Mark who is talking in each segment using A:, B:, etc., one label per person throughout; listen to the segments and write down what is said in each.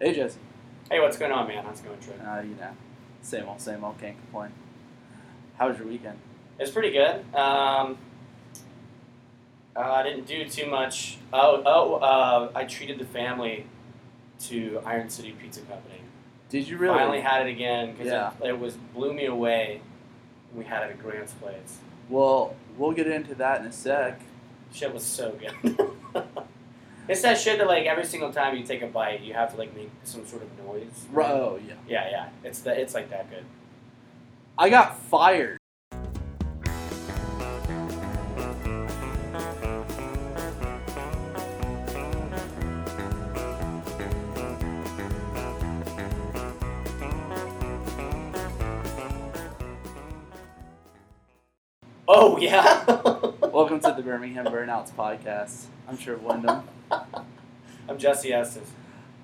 A: Hey, Jesse.
B: Hey, what's going on, man? How's it going, Trey?
A: Uh, you know, same old, same old. Can't complain. How was your weekend?
B: It's pretty good. Um, uh, I didn't do too much. Oh, oh, uh, I treated the family to Iron City Pizza Company.
A: Did you really?
B: Finally had it again because
A: Yeah.
B: it, it was blew me away. when We had it at Grant's place.
A: Well, we'll get into that in a sec.
B: Shit was so good. it's that shit that like every single time you take a bite, you have to like make some sort of noise.
A: Ro- Oh, yeah.
B: Yeah, yeah. It's that. It's like that good.
A: I got fired.
B: Oh yeah.
A: Welcome to the Birmingham Burnouts podcast. I'm sure Wyndham.
B: I'm Jesse Estes.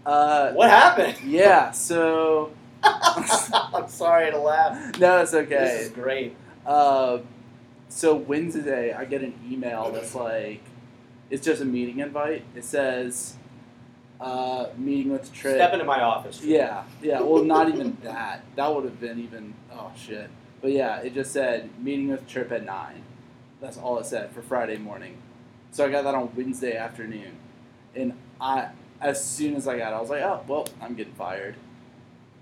A: Uh,
B: What happened?
A: yeah. So
B: I'm sorry to laugh.
A: no, it's
B: This
A: okay.
B: is great.
A: Uh, so Wednesday, I get an email that's like, it's just a meeting invite. It says, uh, meeting with Trip.
B: Step into my office.
A: Yeah, yeah. Well, not even that. That would have been even oh shit. But yeah, it just said meeting with Trip at nine. That's all it said for Friday morning. So I got that on Wednesday afternoon, and I as soon as I got, it, I was like, oh well, I'm getting fired.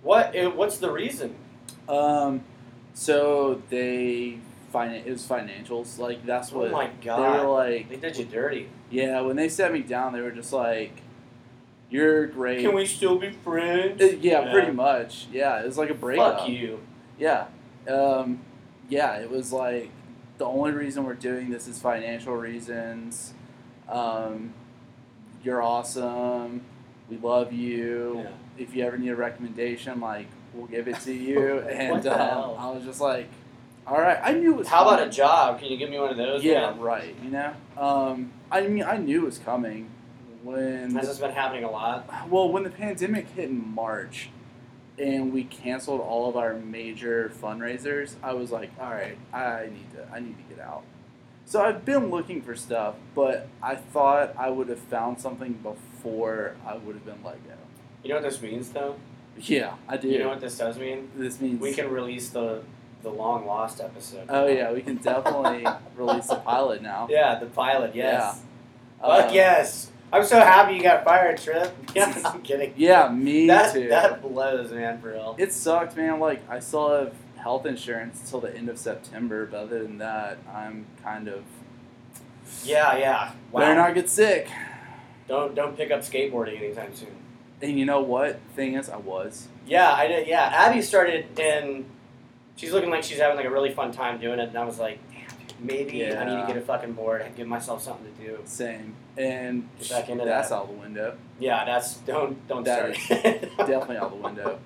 B: What? eh, What's the reason?
A: Um, so they find it was financials. Like that's
B: Oh
A: what
B: my
A: they were
B: god!
A: like.
B: They did you dirty.
A: Yeah, when they set me down, they were just like, you're great.
B: Can we still be friends?
A: Uh, yeah, pretty much. Yeah, it was like a breakup.
B: Fuck you.
A: Yeah. Um, yeah, it was like the only reason we're doing this is financial reasons. Um, you're awesome. We love you.
B: Yeah.
A: If you ever need a recommendation, like we'll give it to you. and
B: the
A: um,
B: hell?
A: I was just like, all right. I knew it was.
B: How about a
A: coming.
B: job? Can you give me one of those?
A: Yeah,
B: man?
A: right. You know. Um, I mean, I knew it was coming when.
B: Has this been happening a lot?
A: Well, when the pandemic hit in March and we canceled all of our major fundraisers, I was like, all right, I need to I need to get out. So I've been looking for stuff, but I thought I would have found something before I would have been let go.
B: You know what this means, though.
A: Yeah, I do.
B: You know what this does mean?
A: this means
B: We can release the the long lost episode.
A: Oh yeah, we can definitely release the pilot now.
B: Yeah, the pilot. Yes.
A: Uh,
B: Fuck yes! I'm so happy you got fired, Trip. Yes, I'm kidding.
A: Yeah, me
B: That
A: too.
B: that blows, man, for real.
A: It sucked, man. Like I still have health insurance until the end of September, but other than that, I'm kind of
B: Yeah, yeah. Wow.
A: better not get sick.
B: Don't don't pick up skateboarding anytime soon.
A: And you know what? Thing is, I was.
B: Yeah, I did. Yeah, Abby started and she's looking like she's having like a really fun time doing it, and I was like, damn, dude, maybe I need
A: Yeah.
B: to get a fucking board and give myself something to do.
A: Same. And
B: Get back into
A: that's
B: that.
A: out the window.
B: Yeah, that's don't don't
A: That
B: start.
A: Definitely out the window.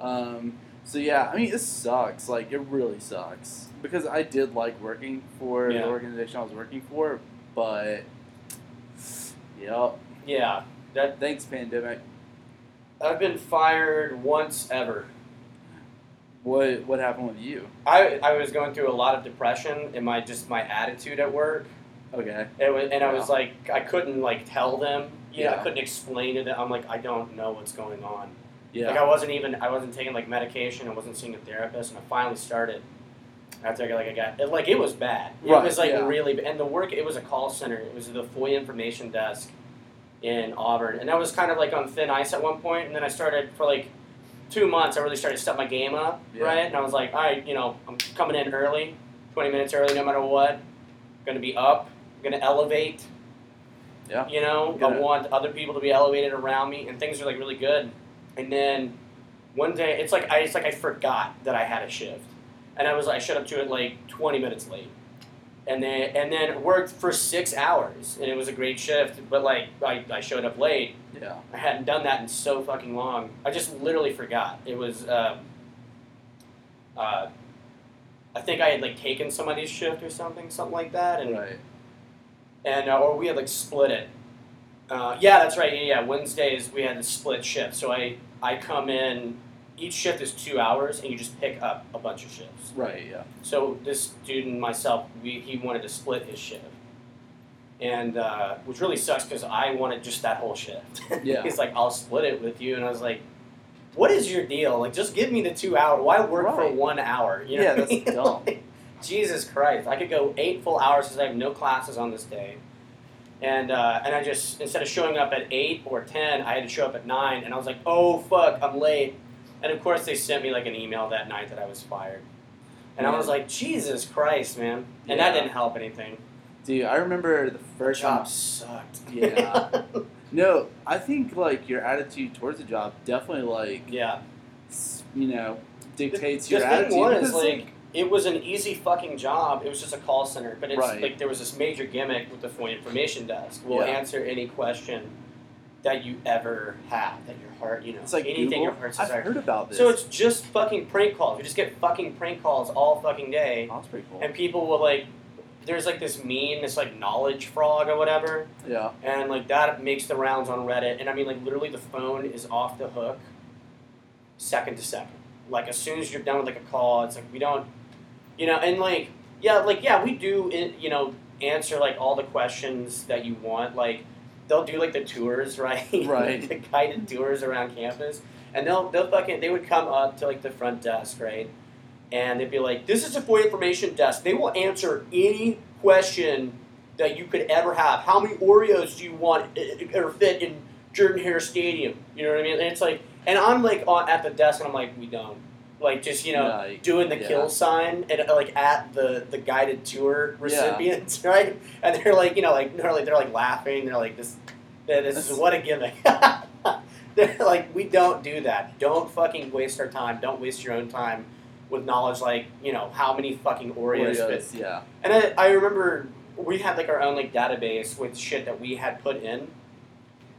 A: Um, so yeah, I mean, it sucks. Like it really sucks because I did like working for
B: Yeah.
A: the organization I was working for, but yep.
B: yeah, that
A: Thanks, pandemic.
B: I've been fired once ever.
A: What what happened with you?
B: I, I was going through a lot of depression in my just my attitude at work.
A: Okay.
B: It was, and I was
A: Yeah.
B: like I couldn't like tell them. Yeah,
A: Yeah.
B: I couldn't explain to them. I'm like I don't know what's going on.
A: Yeah.
B: Like I wasn't even I wasn't taking like medication. I wasn't seeing a therapist, and I finally started. After I got like I got it, like it was bad. It
A: Right,
B: was like
A: yeah.
B: really and the work. It was a call center. It was the FOIA information desk in Auburn, and I was kind of like on thin ice at one point. And then I started for like two months. I really started to step my game up,
A: Yeah.
B: right? And I was like, all right, you know, I'm coming in early, twenty minutes early, no matter what. Going to be up. Going to elevate.
A: Yeah.
B: You know,
A: Gonna-
B: I want other people to be elevated around me, and things are like really good. And then one day, it's like I it's like I forgot that I had a shift, and I was I showed up to it like 20 minutes late, and then and then worked for six hours, and it was a great shift. But like I, I showed up late,
A: Yeah.
B: I hadn't done that in so fucking long. I just literally forgot. It was. Uh, uh, I think I had like taken somebody's shift or something, something like that, and
A: Right.
B: and uh, or we had like split it. Uh, yeah, that's right. Yeah, yeah. Wednesdays we had a split shift. So I I come in. Each shift is two hours, and you just pick up a bunch of shifts.
A: Right. Yeah.
B: So this dude and myself, we, he wanted to split his shift, and uh, which really sucks because I wanted just that whole shift.
A: Yeah.
B: He's like, I'll split it with you, and I was like, What is your deal? Like, just give me the two hour. Why work for
A: Right.
B: one hour? You know
A: Yeah,
B: what I
A: that's
B: mean?
A: dumb.
B: Like, Jesus Christ, I could go eight full hours because I have no classes on this day. And, uh, and I just instead of showing up at eight or ten, I had to show up at nine, and I was like, "Oh fuck, I'm late." And of course, they sent me like an email that night that I was fired, and I
A: Yeah.
B: was like, "Jesus Christ, man!" And that
A: Yeah.
B: didn't help anything.
A: Dude, I remember the first
B: job sucked.
A: Yeah. No, I think like your attitude towards the job definitely like
B: yeah.
A: s- you know dictates
B: The-
A: your
B: the thing
A: attitude.
B: was,
A: because,
B: like, It was an easy fucking job. It was just a call center, but it's
A: Right.
B: like there was this major gimmick with the FOIA information desk. We'll
A: Yeah.
B: answer any question that you ever have that your heart, you know,
A: it's like
B: anything your
A: Google.
B: heart
A: I've
B: desires.
A: heard about this.
B: So it's just fucking prank calls. You just get fucking prank calls all fucking day,
A: that's pretty cool.
B: and people will like. There's like this meme, this like knowledge frog or whatever,
A: yeah,
B: and like that makes the rounds on Reddit. And I mean, like literally, the phone is off the hook, second to second. Like as soon as you're done with like a call, it's like we don't, you know, and like yeah, like yeah, we do, i- you know, answer like all the questions that you want. Like they'll do like the tours, right?
A: Right.
B: the guided tours around campus, and they'll they'll fucking they would come up to like the front desk, right? And they'd be like, "This is a FOIA information desk. They will answer any question." that you could ever have. How many Oreos do you want i- i- or fit in Jordan Hare Stadium? You know what I mean? And it's like, and I'm like on, at the desk, and I'm like, we don't. Like just you know,
A: Right.
B: doing the
A: Yeah.
B: kill sign and uh, like at the the guided tour recipients, right? And they're like, you know, like they're like they're like laughing. They're like this, yeah, this is
A: That's-
B: what a gimmick. they're like, we don't do that. Don't fucking waste our time. Don't waste your own time with knowledge like you know how many fucking Oreos, fit
A: Oreos, yeah,
B: and I, I remember we had like our own like database with shit that we had put in.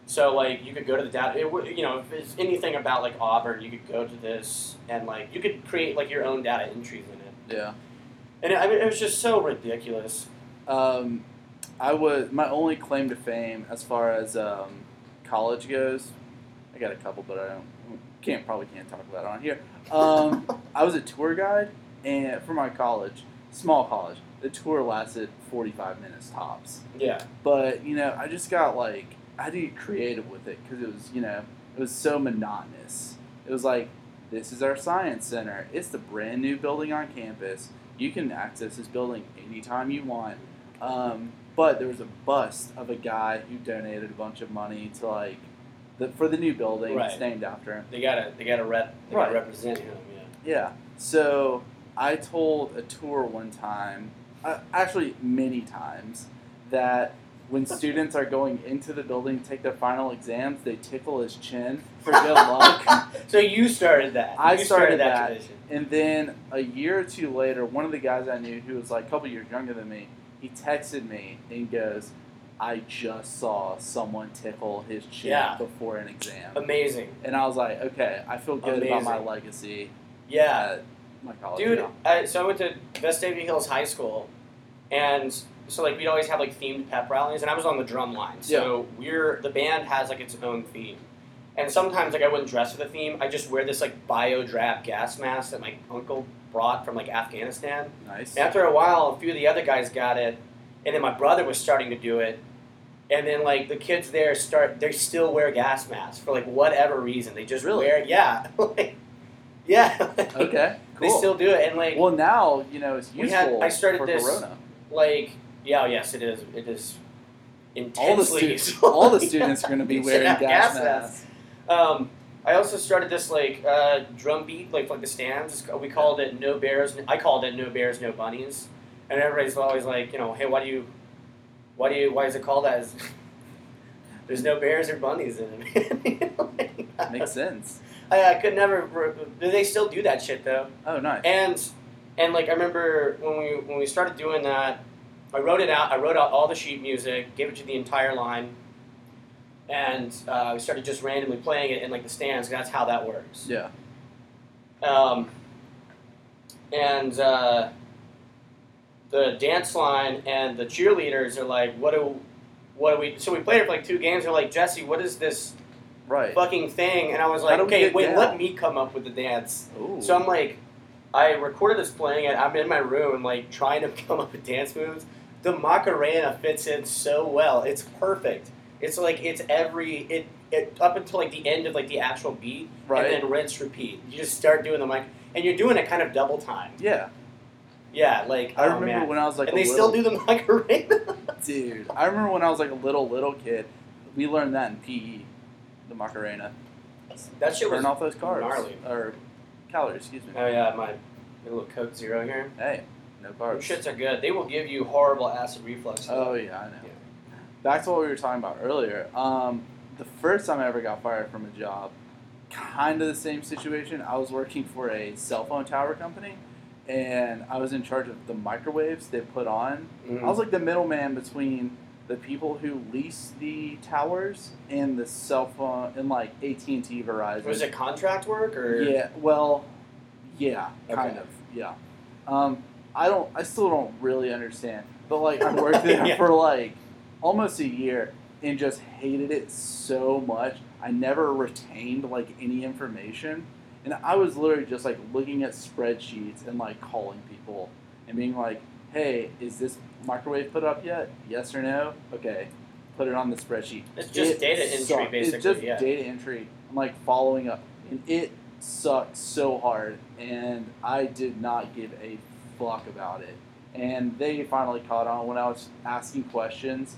B: So like you could go to the data, it, would- you know, if it's anything about like Auburn, you could go to this and like you could create like your own data entries in it.
A: yeah.
B: And I mean, it was just so ridiculous.
A: Um, I was my only claim to fame as far as um, college goes. I got a couple, but I don't can't probably can't talk about it on here. Um, I was a tour guide and for my college, small college. The tour lasted forty five minutes tops.
B: Yeah,
A: but you know i just got like i had to get creative with it because it was you know it was so monotonous it was like this is our science center it's the brand new building on campus you can access this building anytime you want um, but there was a bust of a guy who donated a bunch of money to like the, for the new building
B: Right.
A: it's named after him
B: they gotta they gotta rep they
A: Right.
B: gotta represent him. Yeah.
A: yeah. So I told a tour one time, uh, actually many times, that when students are going into the building to take their final exams, they tickle his chin for good luck.
B: So you started that.
A: I
B: You
A: started
B: started,
A: that.
B: tradition.
A: And then a year or two later, one of the guys I knew who was like a couple years younger than me, he texted me and goes, I just saw someone tickle his chin
B: Yeah.
A: before an exam.
B: Amazing.
A: And I was like, okay, I feel good about my
B: Amazing.
A: legacy
B: Yeah.
A: at my college.
B: Dude,
A: now.
B: I, so I went to Vestavia Hills High School, and so like we'd always have like themed pep rallies, and I was on the drum line. So we're the band has like its own theme, and sometimes like I wouldn't dress for the theme. I just wear this like bio drab gas mask that my uncle brought from like Afghanistan.
A: nice.
B: And after a while, a few of the other guys got it, and then my brother was starting to do it. And then like the kids there start they still wear gas masks for like whatever reason. They just
A: Really?
B: wear yeah. like, yeah.
A: Okay, cool.
B: They still do it and like
A: Well, now you know it's
B: We
A: useful.
B: had- I started
A: for
B: this-
A: Corona.
B: like yeah yes it is it is intensely
A: All the students, all the
B: Yeah.
A: students are going to be
B: Yeah,
A: wearing
B: gas
A: gas,
B: masks. um i also started this like uh drum beat like like the stands It's ca- we called it no bears i called it no bears no bunnies and everybody's always like you know hey why do you why do you why is it called that It's- there's no bears or bunnies in it
A: Makes sense.
B: I, I could never re- do they still do that shit though
A: Oh, nice.
B: and and like I remember when we when we started doing that, I wrote it out. I wrote out all the sheet music, gave it to the entire line, and uh, we started just randomly playing it in like the stands. That's how that works.
A: yeah,
B: Um, and uh, the dance line and the cheerleaders are like, "What do, what do we?" So we played it for like two games. They're like, "Jesse, what is this
A: right.
B: fucking thing?" And I was
A: How
B: like,
A: do we
B: "Okay,
A: get
B: wait,
A: down?"
B: let me come up with the dance."
A: Ooh.
B: So I'm like, I recorded us playing it. I'm in my room, like trying to come up with dance moves. the Macarena fits in so well. It's perfect. It's like it's every it, it up until like the end of like the actual beat,
A: right?
B: and then rinse repeat. You just start doing the mic, and you're doing it kind of double time.
A: yeah,
B: Yeah, like
A: I
B: oh,
A: remember
B: man.
A: when I was like
B: and
A: a
B: they
A: little
B: still do the Macarena.
A: dude. I remember when I was like a little little kid, we learned that in PE, the Macarena.
B: That shit was.
A: Burn off those carbs
B: gnarly.
A: or calories. Excuse me.
B: Oh yeah, my, my little Coke Zero here.
A: Hey, no
B: Those
A: carbs.
B: shits are good. They will give you horrible acid reflux. though.
A: Oh yeah, I know.
B: Yeah.
A: Back to what we were talking about earlier. Um, the first time I ever got fired from a job, kind of the same situation. I was working for a cell phone tower company, and I was in charge of the microwaves they put on.
B: Mhm.
A: I was like the middleman between the people who lease the towers and the cell phone and like AT and T, Verizon.
B: Mm-hmm. Was it contract work or?
A: Yeah. Well, yeah, kind
B: Okay.
A: of. Yeah. Um, I don't. I still don't really understand. But like, I worked there
B: Yeah.
A: for like almost a year and just hated it so much. I never retained like any information, and I was literally just like looking at spreadsheets and like calling people and being like, "Hey, is this microwave put up yet? Yes or no? Okay, put it on the spreadsheet."
B: It's just
A: It
B: data entry,
A: sucked.
B: basically.
A: It's just
B: yeah.
A: data entry. I'm like following up, and it sucked so hard, and I did not give a fuck about it. And they finally caught on when I was asking questions.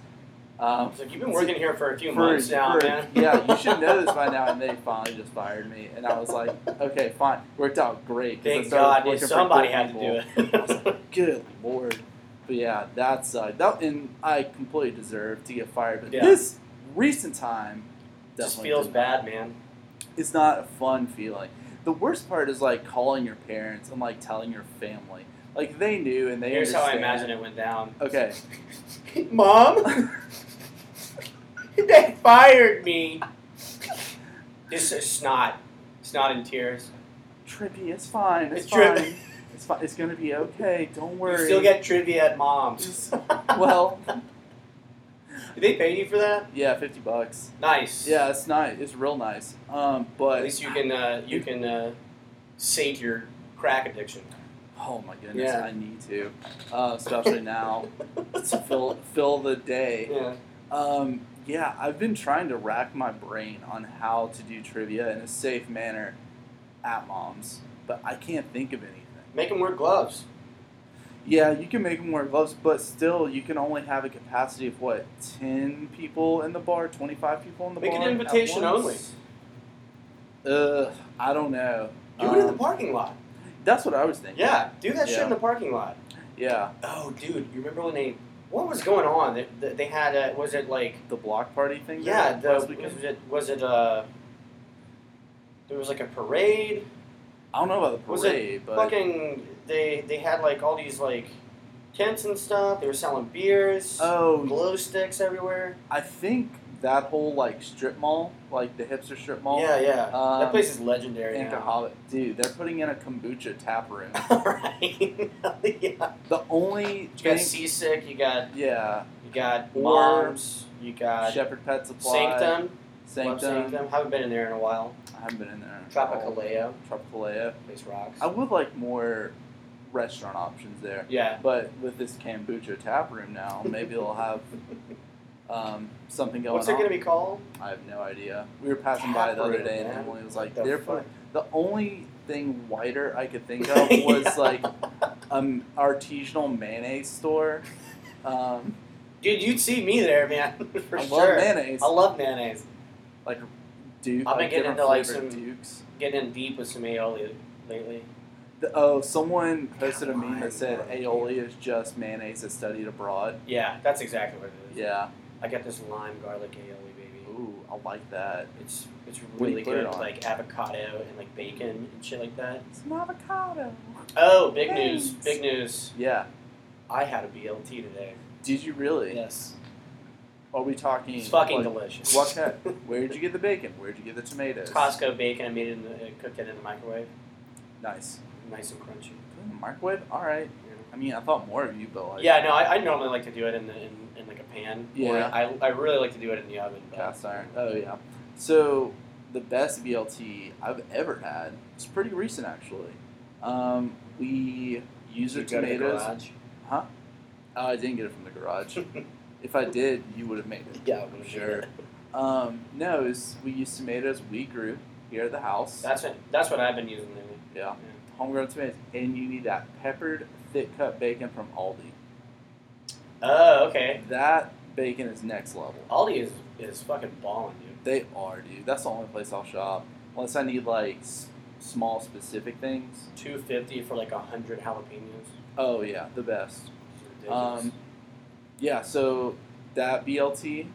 A: Um,
B: So you've been working here for a few
A: for-
B: months now,
A: for-
B: man.
A: Yeah, you should know this by now. And they finally just fired me, and I was like, okay, fine, worked out great. 'cause I
B: Thank
A: started
B: God, dude,
A: working for
B: somebody
A: good
B: had
A: people.
B: to do it.
A: Good lord. But yeah, that sucked. That and I completely deserve to get fired. But
B: Yeah.
A: this recent time
B: just
A: definitely
B: feels
A: did-
B: bad, man.
A: It's not a fun feeling. The worst part is like calling your parents and like telling your family. Like they knew and they
B: Here's how I
A: understand.
B: imagine it went down.
A: Okay.
B: Mom, they fired me. This is snot, snot in tears.
A: Trippy, it's fine. It's,
B: It's
A: fine.
B: trippy.
A: It's fine. It's gonna be okay. Don't
B: You
A: worry.
B: still get trivia at mom's.
A: Just- well,
B: Did they pay you for that?
A: yeah, fifty bucks.
B: Nice.
A: Yeah, it's nice. It's real nice. Um, but
B: At least you can uh, you can uh, sate your crack addiction.
A: Oh my goodness,
B: Yeah.
A: I need to, uh, especially now to fill fill the day.
B: Yeah.
A: Um, yeah, I've been trying to rack my brain on how to do trivia in a safe manner at mom's, but I can't think of anything.
B: Make them wear gloves.
A: Yeah, you can make them wear gloves, but still, you can only have a capacity of what ten people in the bar, twenty five people in the
B: Make it
A: bar. at
B: invitation
A: once? Ugh, I don't know.
B: Do it in the
A: Um,
B: parking lot.
A: That's what I was thinking.
B: Yeah, do that shit
A: Yeah.
B: in the parking lot.
A: yeah.
B: Oh, dude, you remember when they? What was going on? They, they- they had a, was it like
A: The block party thing. they
B: yeah
A: had
B: the,
A: last
B: was
A: weekend.
B: it was it uh there was like a parade
A: I don't know about the
B: Was it
A: parade, but
B: fucking they they had like all these like tents and stuff they were selling beers
A: oh,
B: glow sticks everywhere
A: I think that whole like strip mall, like the hipster strip mall.
B: yeah yeah
A: Um,
B: that place is legendary
A: in
B: now.
A: Cahaba. Dude, they're putting in a kombucha tap room.
B: right yeah
A: The only
B: you got
A: thing,
B: seasick you got
A: yeah,
B: you got
A: Or-
B: moms you got
A: Shepherd Pet Supply,
B: sanctum Love
A: Sanctum.
B: sanctum haven't been in there in a while
A: I haven't been in there. in a while.
B: tropicaleo
A: Tropicalea.
B: place rocks
A: Oh. I would like more restaurant options there,
B: yeah
A: but with this kombucha tap room now, maybe they'll have um, something going
B: what's
A: on.
B: it gonna be called
A: I have no idea. We were passing by
B: Tap
A: the other
B: room,
A: day, and
B: man.
A: Emily was like,
B: The
A: "They're
B: fuck?
A: putting." The only thing whiter I could think of was
B: Yeah.
A: like an artisanal mayonnaise store. Um,
B: Dude, you'd see me there, man. For
A: I
B: sure.
A: love mayonnaise.
B: I love mayonnaise.
A: Duke,
B: I've been
A: like
B: getting
A: different
B: into, like,
A: flavored
B: some-
A: Dukes.
B: Getting in deep with some aioli lately.
A: The- oh, someone posted a meme
B: Wine,
A: that said
B: wine.
A: aioli is just mayonnaise that studied abroad.
B: Yeah, that's exactly what it is.
A: Yeah.
B: I got this lime garlic aioli, baby.
A: Ooh, I like that.
B: It's it's
A: do you
B: really
A: put it
B: good,
A: on?
B: like avocado and like bacon and shit like that.
A: It's an avocado.
B: Oh, big news!
A: Thanks.
B: Big news!
A: Yeah.
B: I had a BLT today.
A: Did you really?
B: Yes,
A: Are we talking?
B: it's fucking
A: like,
B: delicious.
A: What kind? Where did you get the bacon? Where did you get the tomatoes?
B: It's Costco bacon. I made it, in the, uh, cooked it in the microwave,
A: Nice.
B: nice and crunchy.
A: Ooh, microwave? All right. I mean, I thought more of you, but like
B: yeah, no, I, I normally like to do it in the in, in like a pan. Or
A: Yeah.
B: I, I really like to do it in the oven. But
A: cast iron. Oh yeah. So the best BLT I've ever had. It's pretty recent actually. Um, we used
B: You
A: our
B: go to the
A: tomatoes.
B: garage.
A: Huh? Oh, I didn't get it from the garage. if I did, you would have made it.
B: Yeah, we
A: for
B: should.
A: sure. Um, no, it's, we use tomatoes we grew here at the house.
B: That's what that's what I've been using lately.
A: yeah, homegrown tomatoes, and you need that peppered thick cut bacon from Aldi.
B: Oh, okay.
A: That bacon is next level.
B: Aldi is is fucking balling, dude.
A: They are, dude. That's the only place I'll shop unless I need like s- small specific things.
B: Two fifty for like hundred jalapenos.
A: Oh yeah, the best.
B: It's ridiculous.
A: Um, yeah, so that BLT,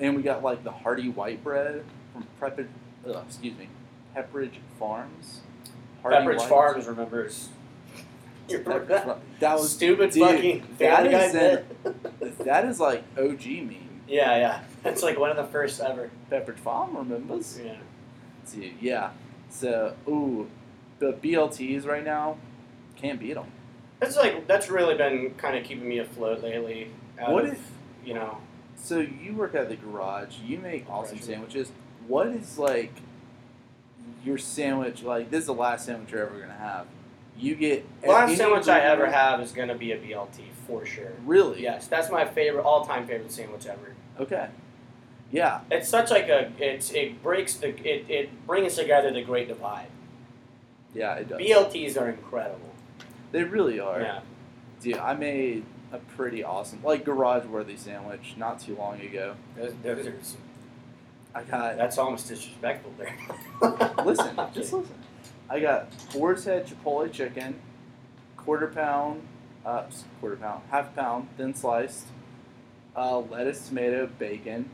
A: and we got like the hearty white bread from Preppage, uh, excuse me, Pepperidge Farms. Hearty
B: Pepperidge
A: White-
B: Farms remembers. Your
A: Pepperidge Farm- That was
B: stupid
A: dude,
B: fucking
A: that
B: Family Guy
A: is it.
B: bit.
A: that is like OG meme.
B: Yeah, yeah. That's like one of the first ever.
A: Pepperidge Farm remembers,
B: Yeah.
A: dude. Yeah, so ooh, the BLTs right now can't beat them.
B: That's like that's really been kind of keeping me afloat lately. Out
A: What
B: of,
A: if-
B: you know?
A: So you work at the garage. You make awesome
B: Garage.
A: sandwiches. What is like your sandwich? Like this is the last sandwich you're ever gonna have. You get
B: Last
A: any
B: sandwich I ever
A: ingredient-
B: have is gonna be a BLT for sure.
A: Really?
B: Yes, that's my favorite, all-time favorite sandwich ever.
A: Okay. Yeah.
B: It's such like a it's it breaks the it, it brings together the great divide.
A: Yeah. It does.
B: BLTs are incredible.
A: they really are.
B: Yeah,
A: Dude, I made a pretty awesome, like garage-worthy sandwich not too long ago.
B: those, those are some-
A: I got
B: that's almost disrespectful there.
A: listen, just listen. I got boar's head chipotle chicken, quarter pound, uh, s- quarter pound, half pound, thin sliced, uh, lettuce, tomato, bacon,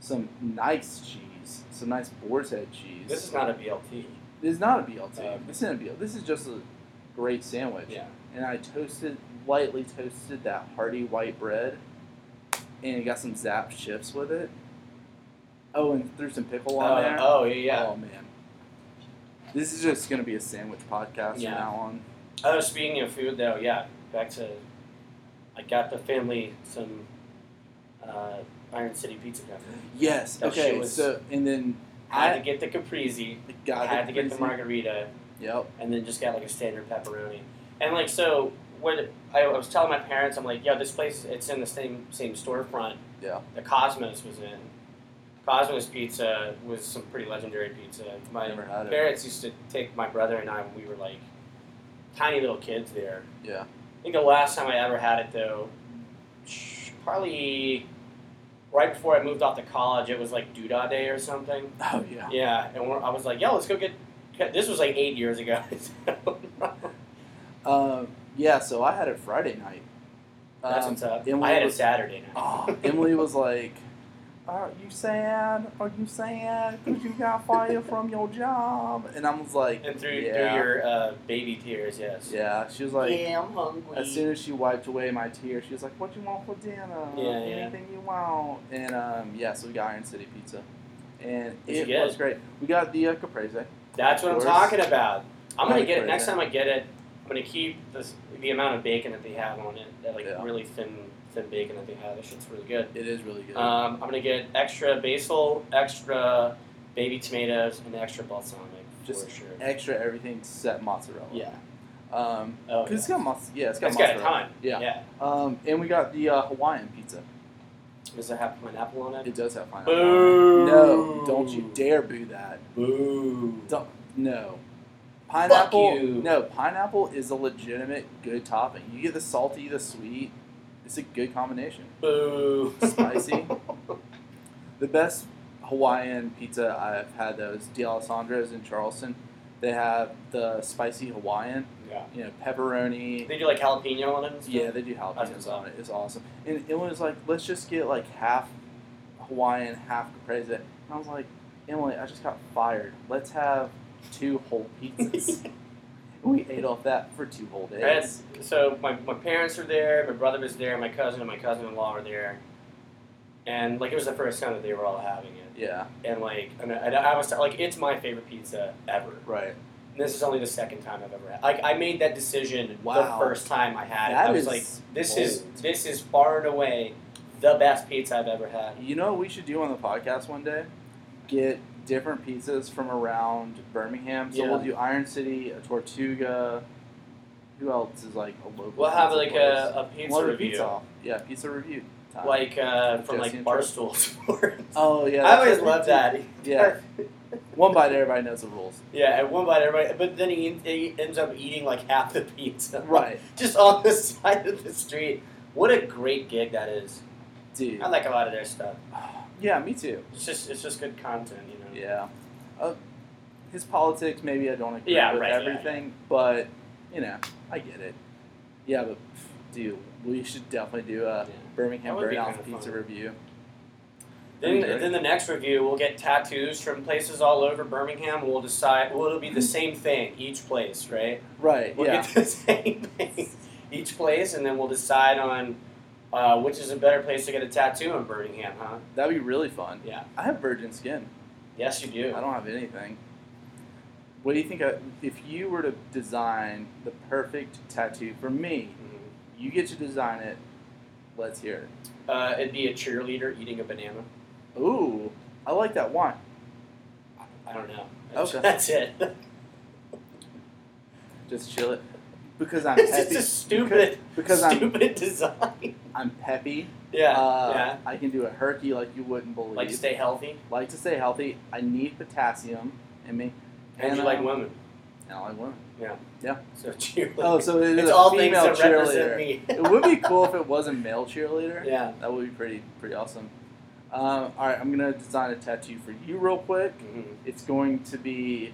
A: some nice cheese, some nice boar's head cheese.
B: This is not a BLT.
A: This is not a BLT.
B: Uh,
A: this isn't a BLT. This is just a great sandwich. And I toasted, lightly toasted that hearty white bread, and got some Zapp chips with it. Oh, and threw some pickle on
B: Uh,
A: there.
B: oh yeah, yeah.
A: Oh man. This is just gonna be a sandwich podcast from
B: Yeah.
A: now on.
B: Oh, speaking of food, though, yeah, back to I got the family some uh, Iron City pizza down there.
A: Yes.
B: That
A: okay.
B: shit was-
A: so and then
B: I had
A: I
B: to get the caprese. I
A: got
B: had to get the
A: freezing-
B: margarita,
A: Yep.
B: and then just got like a standard pepperoni. And like so, what I, I was telling my parents, I'm like, yo, this place, it's in the same same storefront.
A: Yeah.
B: The Cosmos was in. Cosmos Pizza was some pretty legendary pizza. My
A: Never had it.
B: parents used to take my brother and I when we were like tiny little kids there.
A: Yeah.
B: I think the last time I ever had it though, sh- probably right before I moved off to college, it was like Doodah Day or something.
A: Oh yeah.
B: Yeah, and we're, I was like, "Yo, let's go get." This was like eight years ago. so-
A: Um, yeah. So I had it Friday night.
B: That's
A: Um,
B: what's up.
A: Emily
B: I had a
A: was,
B: Saturday night.
A: oh, Emily was like, "Are you sad? Are you sad? Cause you got fired from your job?" And I was like,
B: and through
A: yeah.
B: through your uh, baby tears, yes.
A: Yeah. She was like,
B: yeah, I'm hungry.
A: As soon as she wiped away my tears, she was like, "What you want for dinner?
B: Yeah, yeah.
A: Anything you want." And um, yeah, so we got Iron City Pizza, and
B: What'd you
A: it
B: get?
A: was great. We got the uh, caprese.
B: That's what I'm
A: Of course.
B: talking about. I'm gonna
A: Like
B: get it
A: right
B: next
A: now.
B: time I get it. I'm gonna keep this, the amount of bacon that they have on it, that like
A: Yeah.
B: really thin thin bacon that they have. That shit's really good.
A: It is really good.
B: Um, I'm gonna get extra basil, extra baby tomatoes, and extra balsamic
A: Just
B: for sure.
A: Extra everything except mozzarella.
B: yeah.
A: Um,
B: Oh,
A: 'cause
B: yeah.
A: it's got mozz- Yeah, it's got
B: It's got a
A: mozzarella.
B: ton.
A: Yeah.
B: Yeah.
A: Um, and we got the uh, Hawaiian pizza.
B: Does it have pineapple on it?
A: It does have pineapple. on
B: Boo!
A: it. No, don't you dare boo that.
B: Boo!
A: Don't no. Pineapple.
B: you.
A: No, pineapple is a legitimate good topping. You get the salty, the sweet. It's a good combination.
B: Boo!
A: Spicy. The best Hawaiian pizza I've had though is D'Alessandro's in Charleston. They have the spicy Hawaiian,
B: yeah.
A: you know, pepperoni.
B: They do like jalapeno on it. And stuff?
A: Yeah, they do jalapenos
B: That's
A: on it. It's awesome. And it was like, let's just get like half Hawaiian, half caprese. And I was like, Emily, I just got fired. Let's have two whole pizzas. and we ate off that for two whole days.
B: That's- so my, my parents are there, my brother was there, my cousin and my cousin-in-law are there, and like it was the first time that they were all having it,
A: Yeah,
B: and like and I, I was like, it's my favorite pizza ever.
A: right.
B: And this is only the second time I've ever had. Like I made that decision
A: Wow.
B: the first time I had it.
A: That
B: I was
A: is
B: like, this is
A: bold.
B: this is far and away the best pizza I've ever had.
A: You know what we should do on the podcast one day? Get different pizzas from around Birmingham. So
B: Yeah.
A: we'll do Iron City, a Tortuga. who else is like a local?
B: We'll have
A: pizza
B: like
A: place?
B: a, a pizza
A: Well, the
B: review,
A: Pizza. off. Yeah, pizza review. time.
B: like uh, from
A: Jesse
B: like
A: and Trevor.
B: Barstool Sports.
A: oh yeah,
B: I
A: that's
B: always
A: right.
B: love that.
A: Yeah, one bite, everybody knows the rules.
B: yeah. At one bite, everybody. But then he, he ends up eating like half the pizza,
A: Right,
B: Just on the side of the street. What a great gig that is.
A: dude.
B: I like a lot of their stuff.
A: Yeah, me too.
B: It's just it's just good content, you know.
A: Yeah, uh, his politics maybe I don't agree
B: Yeah,
A: with
B: right, yeah,
A: everything, but you know I get it. Yeah, but pff, dude, we should definitely do a
B: Yeah.
A: Birmingham
B: That would be
A: Burnout
B: kinda
A: pizza
B: fun.
A: review.
B: Then,
A: Okay.
B: then the next review, we'll get tattoos from places all over Birmingham. We'll decide. Well, it'll be the same thing each place, right?
A: Right.
B: We'll
A: yeah.
B: get the same thing each place, and then we'll decide on uh, which is a better place to get a tattoo in Birmingham, huh?
A: That'd be really fun.
B: Yeah.
A: I have virgin skin.
B: Yes, you do.
A: I don't have anything. What do you think? I, if you were to design the perfect tattoo for me,
B: Mhm.
A: you get to design it. Let's hear
B: Uh, it'd be a cheerleader eating a banana.
A: it. Ooh, I like that one.
B: I don't know. That's,
A: Okay.
B: that's it.
A: Just chill it. Because I'm
B: it's
A: peppy.
B: just a stupid,
A: because I'm
B: stupid design.
A: I'm peppy.
B: Yeah,
A: Uh,
B: yeah.
A: I can do a herky like you wouldn't believe.
B: Like stay healthy,
A: Like to stay healthy. I need potassium in me.
B: and,
A: And,
B: you like
A: um,
B: women.
A: And I like women.
B: So cheerleader.
A: Oh, so it is
B: it's
A: a
B: all things
A: female
B: that represent
A: cheerleader.
B: me.
A: it would be cool if it was a male cheerleader.
B: Yeah.
A: That would be pretty pretty awesome. Um, all right, I'm gonna design a tattoo for you real quick.
B: Mm-hmm.
A: It's going to be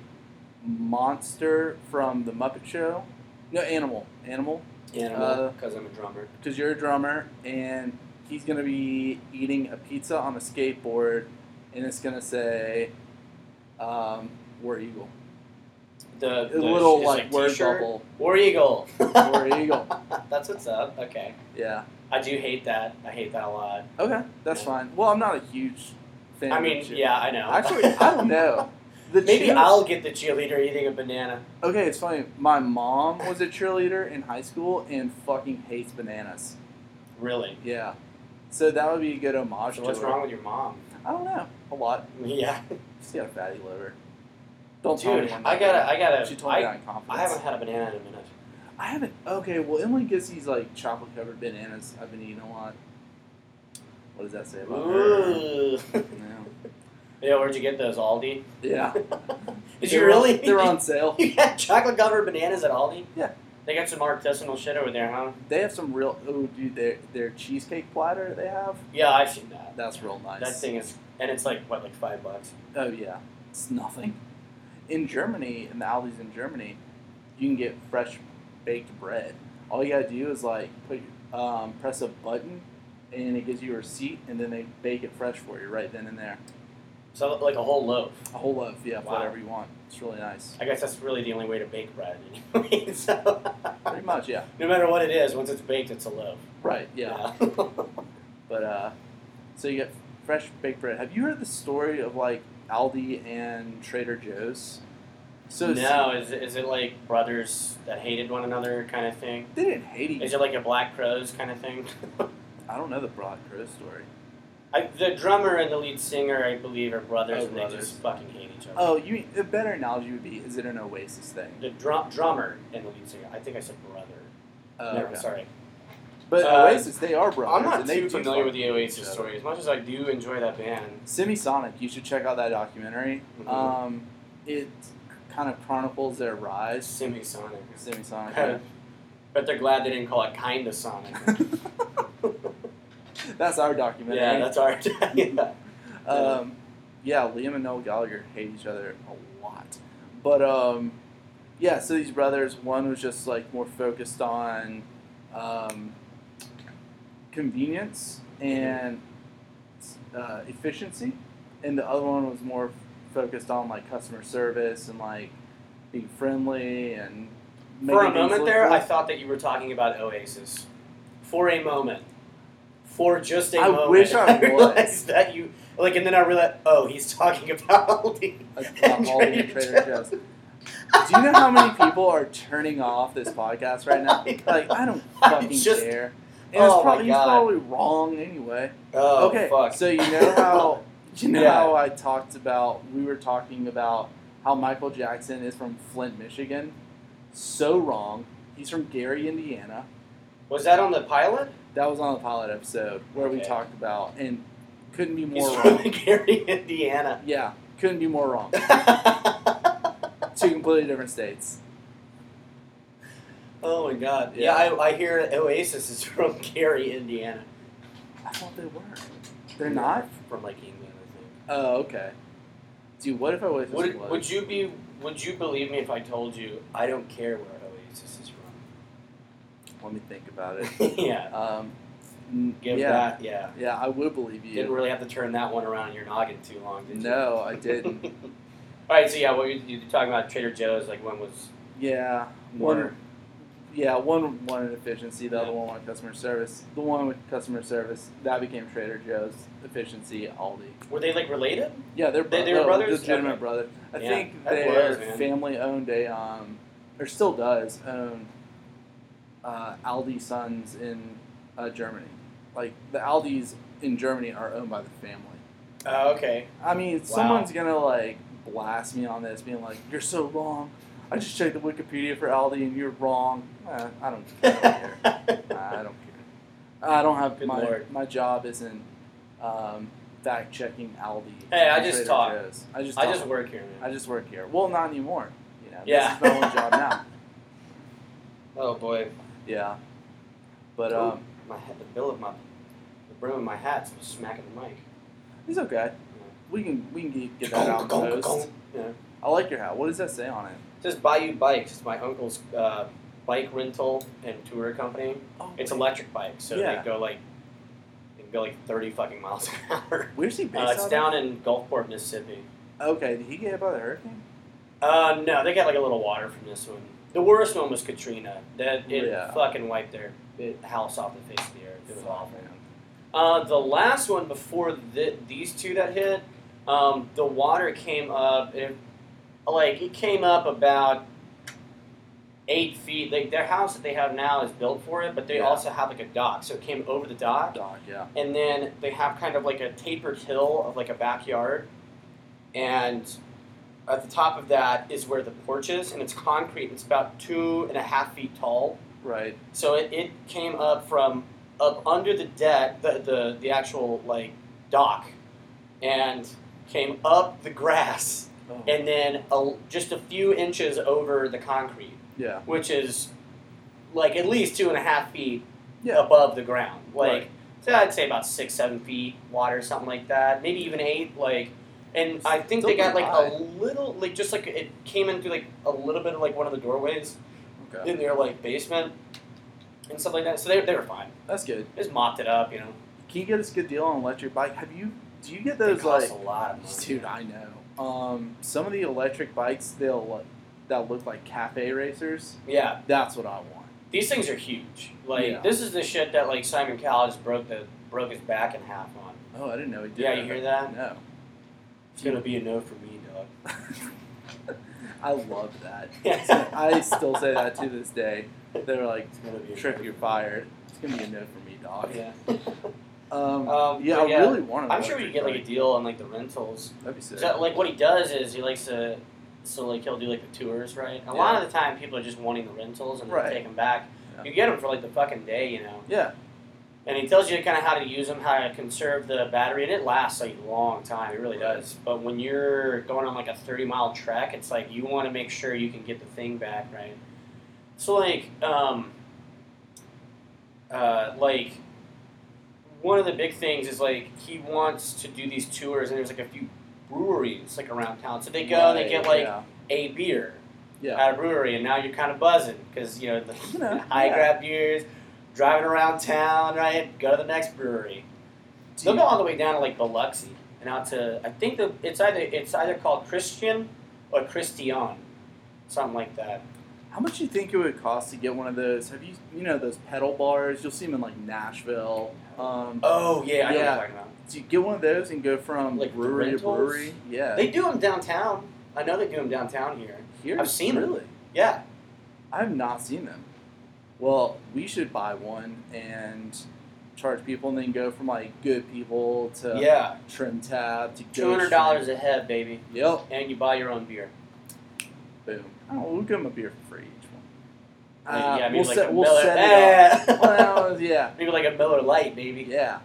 A: monster from the Muppet Show. No, animal, animal, Uh,
B: Yeah, because I'm a drummer.
A: because you're a drummer, and he's gonna be eating a pizza on a skateboard, and it's gonna say, um, "War Eagle."
B: The,
A: A
B: the
A: little
B: it's
A: like, word
B: t-shirt.
A: bubble.
B: War Eagle.
A: War Eagle.
B: That's what's up. Okay.
A: Yeah.
B: I do hate that. I hate that a lot.
A: Okay, that's
B: Yeah.
A: fine. Well, I'm not a huge fan.
B: I
A: of
B: mean,
A: it.
B: yeah, I know.
A: Actually, I don't know. The
B: Maybe
A: cheerleader-
B: I'll get the cheerleader eating a banana.
A: Okay, it's funny. My mom was a cheerleader in high school and fucking hates bananas.
B: Really?
A: Yeah. So that would be a good homage
B: So
A: to
B: what's
A: her.
B: wrong with your mom?
A: I don't know. A lot.
B: Yeah.
A: She's got a fatty liver. Don't tell
B: Dude,
A: anyone.
B: I
A: that.
B: gotta, I gotta.
A: She told
B: I,
A: me that in confidence.
B: I haven't had a banana in a minute.
A: I haven't. Okay, well, Emily gets these like chocolate covered bananas. I've been eating a lot. What does that say about her?
B: Ooh.
A: No.
B: yeah, where'd you get those? Aldi.
A: Yeah.
B: Did
A: They
B: you
A: were-
B: really?
A: They were on sale.
B: You got chocolate covered bananas at Aldi?
A: Yeah.
B: They got some artisanal shit over there, huh?
A: They have some real. Oh, dude, their their cheesecake platter they have.
B: Yeah, I've seen that.
A: That's real nice.
B: That thing is, and it's like what, like five bucks?
A: Oh yeah, it's nothing. In Germany, in the Aldi's in Germany, you can get fresh baked bread. All you gotta do is like put um, press a button, and it gives you a receipt, and then they bake it fresh for you right then and there.
B: So like a whole loaf.
A: A whole loaf, yeah,
B: Wow.
A: whatever you want. It's really nice.
B: I guess that's really the only way to bake bread. Anyway. so
A: Pretty much, yeah.
B: no matter what it is, once it's baked, it's a loaf.
A: Right, yeah. But uh, so you get fresh baked bread. Have you heard the story of like Aldi and Trader Joe's? So it's-
B: no, is it, is it like brothers that hated one another kind of thing?
A: they didn't hate each.
B: Is it like a Black Crows kind of thing?
A: I don't know the Broad Crow story.
B: I, the drummer and the lead singer, I believe, are brothers,
A: Oh,
B: and they
A: brothers.
B: just fucking hate each other.
A: Oh, you a better analogy would be is it an Oasis thing?
B: The drum, drummer and the lead singer. I think I said brother.
A: Uh,
B: no,
A: okay.
B: sorry.
A: But
B: Uh,
A: Oasis, they are brothers.
B: I'm not
A: and they
B: too
A: do
B: familiar
A: fuck
B: with the
A: each
B: Oasis
A: other.
B: story as much as I do enjoy that band.
A: Semisonic. You should check out that documentary.
B: Mhm.
A: Um, it kind of chronicles their
B: It's
A: rise.
B: Semisonic.
A: Semisonic.
B: But they're glad they didn't call it Kinda Sonic.
A: That's our documentary.
B: yeah, that's our. yeah.
A: um, yeah, Liam and Noel Gallagher hate each other a lot. But um, yeah, so these brothers, one was just like more focused on um, convenience and uh, efficiency, and the other one was more focused on like customer service and like being friendly and.
B: For a
A: making things
B: moment
A: look
B: there,
A: cool.
B: I thought that you were talking about Oasis. For a moment. For just a
A: I
B: moment.
A: wish I was.
B: realized that you. Like, and then I realized, oh, he's talking about Aldi.
A: about Aldi and Trader Joe's. Do you know how many people are turning off this podcast right now?
B: I know.
A: Like, I don't
B: I
A: fucking
B: just-
A: care. And
B: Oh
A: it's
B: my
A: probably, he's
B: God.
A: probably wrong anyway.
B: Oh,
A: okay,
B: fuck.
A: so you know how you know
B: Yeah.
A: how I talked about we were talking about how Michael Jackson is from Flint, Michigan. So wrong. He's from Gary, Indiana.
B: Was that on the pilot?
A: That was on the pilot episode where we
B: Okay.
A: talked about and couldn't be more
B: He's
A: wrong.
B: from Gary, Indiana.
A: yeah, couldn't be more wrong. Two completely different states.
B: oh my God!
A: Yeah.
B: Yeah, I, I hear Oasis is from Gary, Indiana.
A: I thought they were. They're not.
B: from like England, I think.
A: Oh, okay. Dude, what if I was?
B: Would, would you be? Would you believe me if I told you I don't care where Oasis is from?
A: Let me think about it.
B: yeah,
A: Um, n-
B: give
A: yeah,
B: that. Yeah.
A: yeah, I would believe you.
B: didn't really have to turn that one around in your noggin too long, did you?
A: no, I didn't.
B: All right, so yeah, what you, you were talking about Trader Joe's, like when was
A: Yeah,
B: more?
A: one. Yeah, one wanted efficiency. The other
B: Yeah.
A: one wanted customer service. The one with customer service that became Trader Joe's efficiency. Aldi.
B: Were they like related?
A: Yeah, they're, bro-
B: They- they were brothers?
A: legitimate
B: Okay.
A: brother. I
B: Yeah,
A: think
B: that
A: their
B: was, man.
A: family owned a um, or still does own uh, Aldi Sons in uh, Germany. Like the Aldis in Germany are owned by the family.
B: Oh, okay.
A: I mean,
B: Wow.
A: someone's gonna like blast me on this, being like, "You're so wrong." I just checked the Wikipedia for Aldi, and you're wrong. Eh, I don't. I don't care. I don't care. I don't have
B: Good
A: my
B: lord.
A: my job isn't um, fact checking Aldi.
B: Hey, I
A: and
B: just
A: Trader
B: talk.
A: Joe's. I just
B: I
A: talk.
B: just work here,
A: I
B: man.
A: just work here. Well, not anymore. You know,
B: Yeah.
A: this is my own job now.
B: Oh boy,
A: Yeah, but
B: Ooh,
A: um,
B: my head, the bill of my, the brim of my hat's was smacking the mic.
A: it's okay. We can we can get, get that out in post.
B: Yeah.
A: I like your hat. What does that say on it?
B: It says Bayou Bikes. It's my uncle's uh, bike rental and tour company.
A: Oh,
B: It's electric bikes, so
A: Yeah.
B: they go like they can go like thirty fucking miles an hour.
A: where's he based?
B: Uh, it's
A: out
B: down in Gulfport, Mississippi.
A: Of? Okay, did he get hit by the hurricane?
B: Uh, no, they got like a little water from this one. The worst one was Katrina. That it
A: Yeah.
B: fucking wiped their house off the face of the earth. It was
A: Fuck,
B: awful.
A: man.
B: Uh, the last one before th- these two that hit, um, the water came up. And it, like it came up about eight feet. Like their house that they have now is built for it, but they
A: Yeah.
B: also have like a dock, so it came over the dock,
A: Dog, yeah.
B: and then they have kind of like a tapered hill of like a backyard, and at the top of that is where the porch is, and it's concrete. It's about two and a half feet tall.
A: Right.
B: So it, it came up from up under the deck, the, the, the actual like dock, and came up the grass,
A: Oh,
B: and then a, just a few inches over the concrete,
A: yeah.
B: which is like at least two and a half feet
A: Yeah.
B: above the ground. Like
A: Right.
B: so, I'd say about six, seven feet water, something like that. Maybe even eight. Like, and I think they
A: Still
B: got like
A: pretty
B: a little, like just like it came in through like a little bit of like one of the doorways
A: Okay.
B: in their like basement and stuff like that. So they, they were fine.
A: That's good.
B: Just mopped it up, you know.
A: Can you get us a good deal on electric bike? Have you? Do you get
B: They
A: those
B: cost
A: like?
B: a lot of money.
A: Dude, I know. Um, some of the electric bikes they'll like, that look like cafe racers.
B: Yeah,
A: That's what I want.
B: these things are huge. Like
A: Yeah.
B: this is the shit that like Simon Cowell just broke the broke his back in half on.
A: Oh, I didn't know he did.
B: Yeah,
A: that.
B: you hear that?
A: No.
B: It's gonna be a no for me, dog.
A: I love that.
B: Yeah.
A: I still say that to this day. They're like,
B: It's gonna be a
A: Trip,
B: no.
A: you're fired. It's gonna be a no for me, dog.
B: Yeah.
A: Um,
B: Um,
A: yeah,
B: but
A: I really want to.
B: I'm sure we could get like a deal on like the rentals.
A: That'd be sick.
B: So, like what he does is he likes to, so like he'll do like the tours, right? A lot of the time, people are just wanting the rentals and
A: Right.
B: they take them back.
A: Yeah.
B: You get them for like the fucking day, you know.
A: yeah,
B: and he tells you kind of how to use them, how to conserve the battery, and it lasts a long time. It really does. But when you're going on like a 30 mile trek, it's like you want to make sure you can get the thing back right. So like, um, uh, like one of the big things is like he wants to do these tours, and there's like a few breweries like around town. So they go, and they
A: Right,
B: get like
A: yeah,
B: a beer
A: yeah.
B: at a brewery, and now you're kind of buzzing because you know the
A: You know,
B: high
A: yeah.
B: grab beers, driving around town, right? Go to the next brewery.
A: Do
B: They'll
A: you-
B: go all the way down to like Biloxi and out to I think the it's either it's either called Christian or Christian, something like that.
A: How much do you think it would cost to get one of those? Have you, you know, those pedal bars? You'll see them in like Nashville. Um,
B: Oh yeah, I know what
A: Yeah.
B: you're talking about.
A: do you get one of those and go from
B: Like the
A: brewery to
B: rentals?
A: brewery? Yeah,
B: They do them downtown. I know they do them downtown here.
A: here
B: I've seen 'em.
A: really.
B: Yeah,
A: I have not seen them. Well, we should buy one and charge people, and then go from like good people to
B: yeah.
A: trim tab to
B: Two hundred dollars a head, baby,
A: Ghost. Yep.
B: and you buy your own beer.
A: Boom. Oh, we'll give them a beer for free each one. Uh,
B: yeah, maybe
A: we'll
B: like
A: set,
B: a
A: we'll
B: Miller.
A: set it
B: Eh.
A: up. Well, yeah,
B: maybe like a Miller Light, maybe.
A: yeah.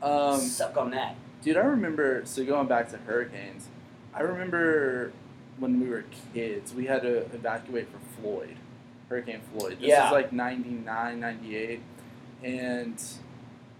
A: Um,
B: Suck on that.
A: Dude, I remember. So going back to hurricanes, I remember when we were kids, we had to evacuate from Floyd, Hurricane Floyd. This
B: Yeah.
A: is like 99, 98. and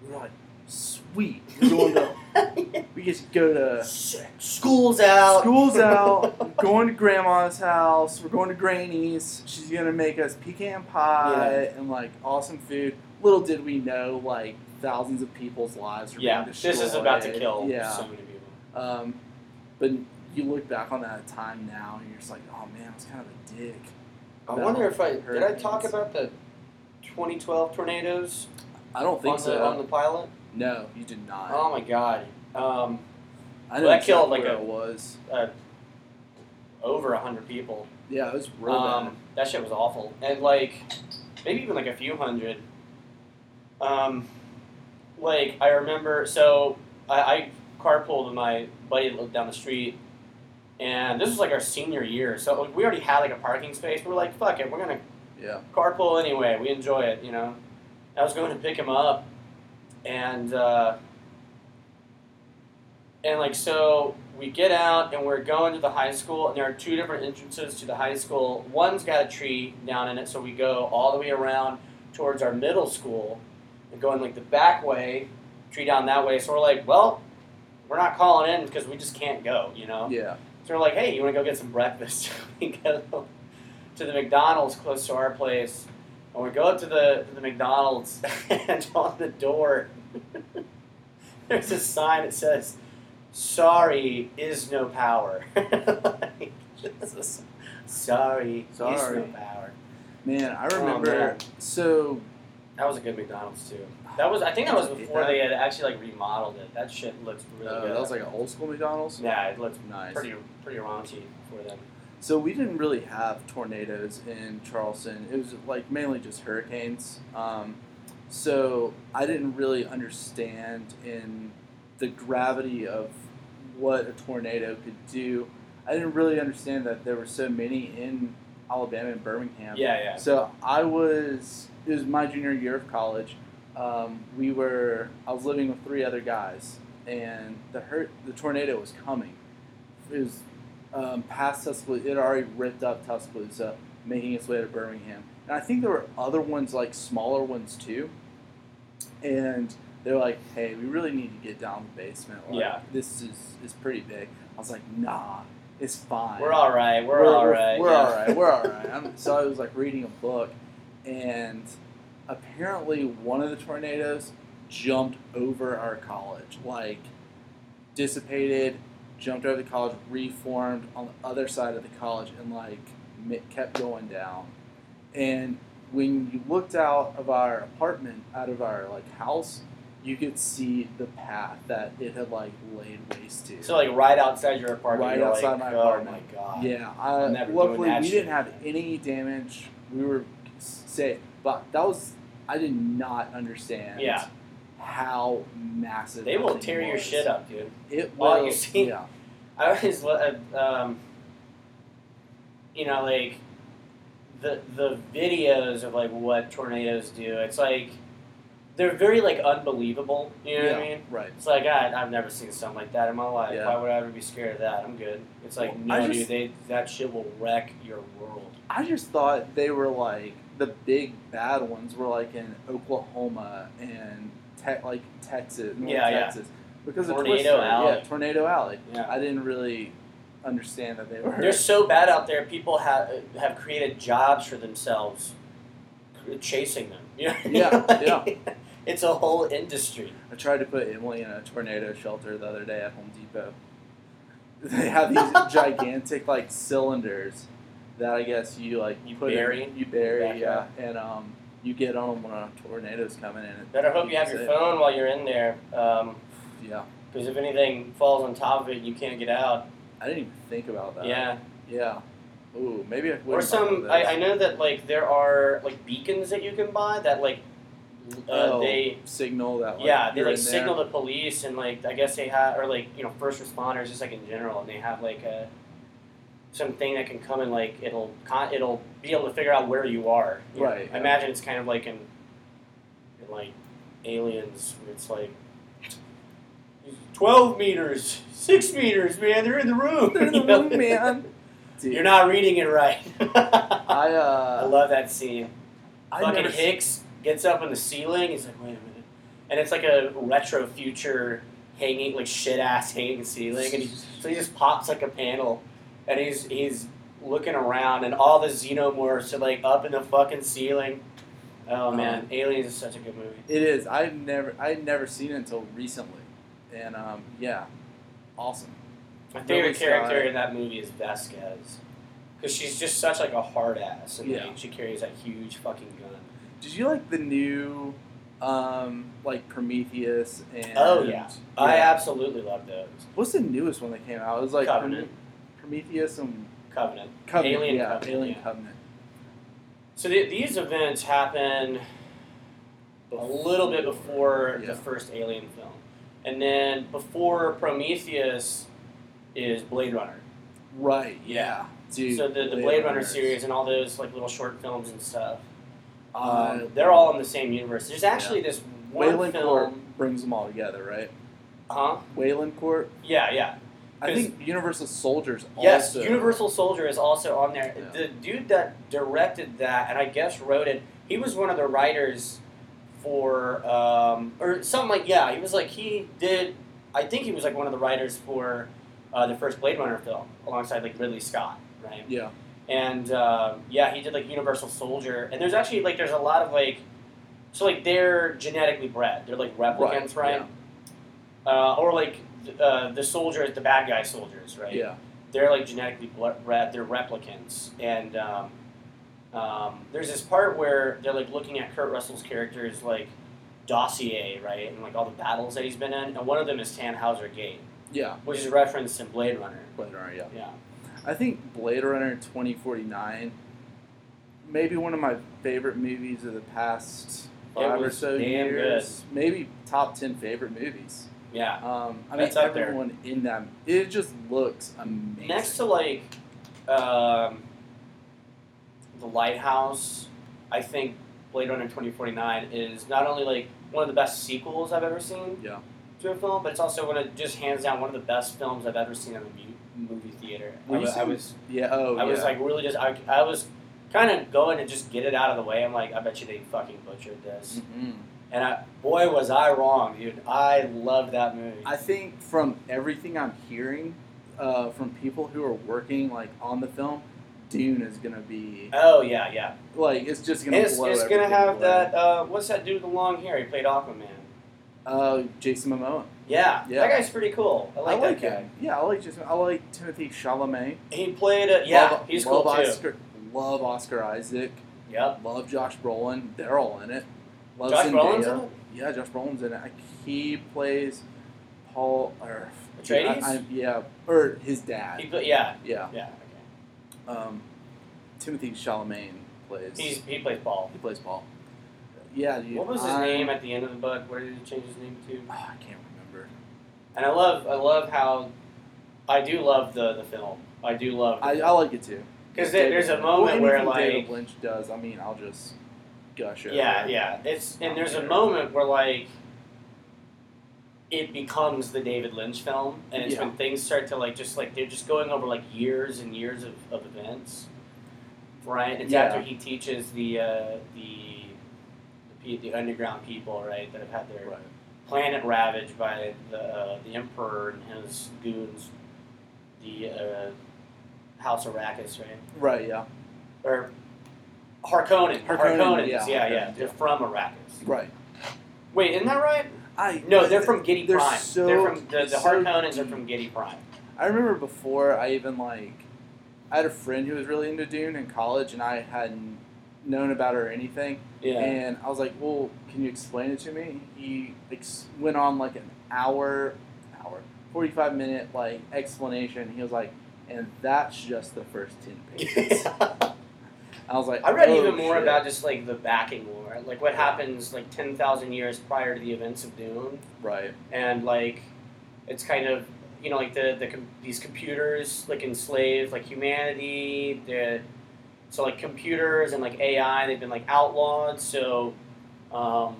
A: we were like, "Sweet, we're going to. we just go to
B: School's out.
A: school's out. we're going to grandma's house. We're going to Granny's. She's gonna make us pecan pie and like awesome food. Little did we know, like thousands of people's lives were
B: yeah,
A: being destroyed.
B: this is about to kill
A: Yeah.
B: so many people.
A: Um, but you look back on that time now, and you're just like, oh man, I was kind of a dick.
B: I
A: About
B: wonder if I did I talk
A: hurricanes.
B: about the 2012 tornadoes
A: I don't think
B: on the,
A: so.
B: on the pilot.
A: no, you did not.
B: oh my god, um,
A: I know
B: that killed,
A: exactly
B: like,
A: where it was.
B: over hundred people.
A: Yeah, it was real
B: Um, that shit was awful, and like maybe even like a few hundred. Um, like I remember, so I, I carpooled with my buddy that lived down the street, and this was like our senior year, so we already had like a parking space. We were like, "Fuck it, we're gonna
A: bad. Yeah,
B: carpool anyway. We enjoy it, you know. I was going to pick him up, and uh, and like so, we get out and we're going to the high school, and there are two different entrances to the high school. One's got a tree down in it, so we go all the way around towards our middle school, and going like the back way, tree down that way. So we're like, well, we're not calling in because we just can't go, you know.
A: yeah.
B: So we're like, hey, you want to go get some breakfast? we go to the McDonald's close to our place, and we go up to the, to the McDonald's, and on the door, there's a sign that says, sorry is no power. like, Jesus. Sorry, is
A: Sorry.
B: no power.
A: Man, I
B: Oh,
A: remember.
B: man.
A: So
B: That was a good McDonald's too. That was, I think that was before
A: Yeah.
B: they had actually like remodeled it. That shit looks really
A: uh,
B: good.
A: that was like an old school McDonald's.
B: yeah, it looks
A: Nice.
B: pretty pretty raunchy for them.
A: So we didn't really have tornadoes in Charleston. It was like mainly just hurricanes. Um, so I didn't really understand in the gravity of what a tornado could do. I didn't really understand that there were so many in Alabama and Birmingham.
B: Yeah, yeah.
A: So I was it was my junior year of college. Um, we were I was living with three other guys, and the hurt the tornado was coming. It was um, past Tuscaloosa. It had already ripped up Tuscaloosa, making its way to Birmingham. And I think there were other ones like smaller ones too. And they're like, "Hey, we really need to get down to the basement. Like,
B: Yeah.
A: this is is pretty big." I was like, "Nah, it's fine.
B: We're all right. We're, all right.
A: We're
B: yeah.
A: all right. We're all right. I'm, so I was like reading a book, and apparently one of the tornadoes jumped over our college, like dissipated, jumped over the college, reformed on the other side of the college, and like mi- kept going down. And when you looked out of our apartment, out of our like house, you could see the path that it had like laid waste to.
B: So like right outside your apartment.
A: Right
B: you're
A: outside
B: like,
A: my
B: oh
A: apartment.
B: my god.
A: Yeah, I,
B: I'm never doing
A: luckily
B: that
A: we
B: shit
A: didn't have any damage. We were safe, but that was I did not understand.
B: Yeah.
A: How massive
B: They
A: that
B: will
A: thing
B: tear your
A: was.
B: shit up, dude.
A: It will.
B: Well, you see-
A: yeah.
B: I always, lo- uh, um, you know, like the the videos of like what tornadoes do. It's like they're very like unbelievable. You know what I
A: Yeah,
B: mean?
A: Right.
B: It's like I, I've never seen something like that in my life.
A: Yeah.
B: Why would I ever be scared of that? I'm good. It's like
A: Well, I
B: no,
A: just-
B: dude. They that shit will wreck your world.
A: I just thought they were like the big bad ones were like in Oklahoma and te- like Texas, North
B: Yeah, yeah.
A: Texas, because
B: Tornado
A: of Twister.
B: Alley.
A: Yeah, Tornado Alley.
B: Yeah.
A: I didn't really understand that they were.
B: They're so bad out there. People have have created jobs for themselves, chasing them. You know what I mean?
A: Yeah,
B: Like, It's a whole industry.
A: I tried to put Emily in a tornado shelter the other day at Home Depot. They have these gigantic like cylinders that I guess you like
B: You
A: put in-
B: bury?
A: you bury,
B: Back
A: yeah,
B: up.
A: and um, you get on them when a tornado's coming in. And
B: Better hope you have your
A: it-
B: phone while you're in there, because
A: Yeah,
B: if anything falls on top of it, you can't get out.
A: I didn't even think about that.
B: yeah,
A: yeah. Ooh, maybe I would.
B: or some. I, I know that like there are like beacons that you can buy that like uh,
A: oh,
B: they
A: signal that. Like,
B: yeah they
A: you're
B: like
A: in there.
B: signal the police and like I guess they have or like you know first responders just like in general and they have like a something that can come and like it'll con- it'll be able to figure out where you are. you know?
A: Right,
B: I
A: yeah.
B: imagine it's kind of like in, in like aliens. where It's like twelve meters, six meters, man. They're in the room.
A: They're in the
B: You know?
A: room, man. Dude,
B: You're not reading it right. I,
A: I uh,
B: love that scene.
A: I
B: Fucking
A: never s-
B: Hicks gets up on the ceiling. He's like, wait a minute, and it's like a retro future hanging, like shit ass hanging ceiling, and he so he just pops like a panel, and he's he's looking around, and all the xenomorphs are like up in the fucking ceiling. Oh man, Aliens is such a good movie.
A: It is. I've never I had never seen it until recently, and um, yeah, awesome.
B: My
A: Really
B: favorite character
A: sorry.
B: in that movie is Vasquez, because she's just such like a hard ass, and like,
A: Yeah.
B: she carries that huge fucking gun.
A: Did you like the new, um, like Prometheus and?
B: Oh, yeah. I
A: Yeah.
B: absolutely love those.
A: What's the newest one that came out? It was like
B: Covenant.
A: Prometheus and
B: Covenant.
A: Covenant.
B: Alien
A: yeah,
B: Covenant,
A: Alien
B: yeah.
A: Covenant.
B: So the, these events happen a little bit before
A: Yeah.
B: the first Alien film, and then before Prometheus is Blade Runner.
A: Right. Yeah. Dude.
B: so the, the Blade, Runner series and all those like little short films and stuff, um,
A: Uh,
B: they're all in the same universe. There's actually this one
A: Wayland Court
B: film,
A: brings them all together, right?
B: huh?
A: Wayland Court.
B: Yeah, yeah.
A: I think Universal Soldiers.
B: Yes,
A: also.
B: Universal Soldier is also on there.
A: Yeah.
B: The dude that directed that and I guess wrote it, he was one of the writers for um, or something like yeah, he was like he did. I think he was like one of the writers for uh, the first Blade Runner film alongside like Ridley Scott, right?
A: Yeah.
B: and uh, yeah, he did like Universal Soldier. And there's actually like there's a lot of like, so like they're genetically bred. They're like replicants, right?
A: Right,
B: Uh, or like th- uh, the soldiers, the bad guy soldiers, right?
A: Yeah.
B: They're like genetically ble- bred. They're replicants, and um, um, there's this part where they're like looking at Kurt Russell's character's like dossier, right, and like all the battles that he's been in, and one of them is Tannhauser Gate,
A: Yeah.
B: which is referenced in Blade Runner.
A: Blade Runner. Yeah.
B: Yeah.
A: I think Blade Runner 2049, maybe one of my favorite movies of the past
B: It
A: five or
B: was
A: so
B: damn
A: years. Maybe top 10 favorite movies.
B: Yeah.
A: Um, I
B: That's
A: mean,
B: up there.
A: everyone in them. It just looks amazing.
B: Next to like um, the lighthouse, I think Blade Runner twenty forty nine is not only like one of the best sequels I've ever seen
A: Yeah.
B: to a film, but it's also one of just hands down one of the best films I've ever seen in the mu- movie theater. I
A: Were you
B: wa- I
A: seeing-
B: was
A: yeah. Oh,
B: I was
A: yeah.
B: like really just I, I was kind of going to just get it out of the way. I'm like I bet you they fucking butchered this,
A: Mhm.
B: and I boy was I wrong, dude. I loved that movie.
A: I think from everything I'm hearing uh, from people who are working like on the film, Dune is gonna be
B: oh yeah, yeah.
A: like it's just gonna
B: It's,
A: blow
B: it's gonna
A: everything
B: have
A: away.
B: that. Uh, what's that dude with the long hair? He played Aquaman.
A: uh, Jason Momoa.
B: Yeah,
A: Yeah.
B: that guy's pretty cool. I like,
A: I like
B: that guy.
A: him. Yeah, I like Jason. I like Timothy Chalamet.
B: He played. A, yeah,
A: love,
B: he's
A: love
B: cool too.
A: Oscar, Love Oscar Isaac.
B: Yep.
A: Love Josh Brolin. They're all in it. Love
B: Josh
A: Zendaya.
B: Brolin's in it?
A: Yeah, Josh Brolin's in it. Like, He plays Paul or
B: Atreides?
A: I- I- yeah, or his dad.
B: He pla- yeah,
A: yeah,
B: yeah.
A: um, Timothy Chalamet plays.
B: Okay. He's he plays ball.
A: he plays Paul. Yeah, dude.
B: What was his
A: I-
B: name at the end of the book? What did he change his name to?
A: Oh, I can't remember.
B: And I love, I love how, I do love the the film. I do love
A: I, I like it too.
B: because there's a moment
A: Well,
B: where
A: anything
B: like
A: David Lynch does. I mean, I'll just gush over.
B: Yeah, yeah. It's and there's a moment where like it becomes the David Lynch film, and it's
A: Yeah.
B: when things start to like just like they're just going over like years and years of, of events, right? It's
A: Yeah.
B: after he teaches the uh, the the, pe- the underground people, right, that have had their
A: Right.
B: planet ravaged by the uh, the Emperor and his goons, the uh, House Arrakis, right?
A: Right. Yeah.
B: Or Harkonnen,
A: Harkonnen, yeah,
B: yeah,
A: Harkonnen,
B: yeah. They're
A: yeah.
B: from Arrakis.
A: Right.
B: Wait, isn't that right?
A: I
B: No, they're from Giddy
A: They're
B: Prime.
A: so-
B: they're from the, the
A: so
B: Harkonnens are
A: deep.
B: from Giddy Prime.
A: I remember before I even like, I had a friend who was really into Dune in college, and I hadn't known about her or anything. And I was like, "Well, can you explain it to me?" He ex- went on like an hour, hour, forty-five minute like explanation. He was like, "And that's just the first ten pages." I was like,
B: I read
A: "Oh,
B: even more
A: shit."
B: about just like the backing lore, like what happens like ten thousand years prior to the events of Dune,
A: right,
B: and like it's kind of you know, like the, the com- these computers like enslaved like humanity. The so like computers and like AI, they've been like outlawed. So um,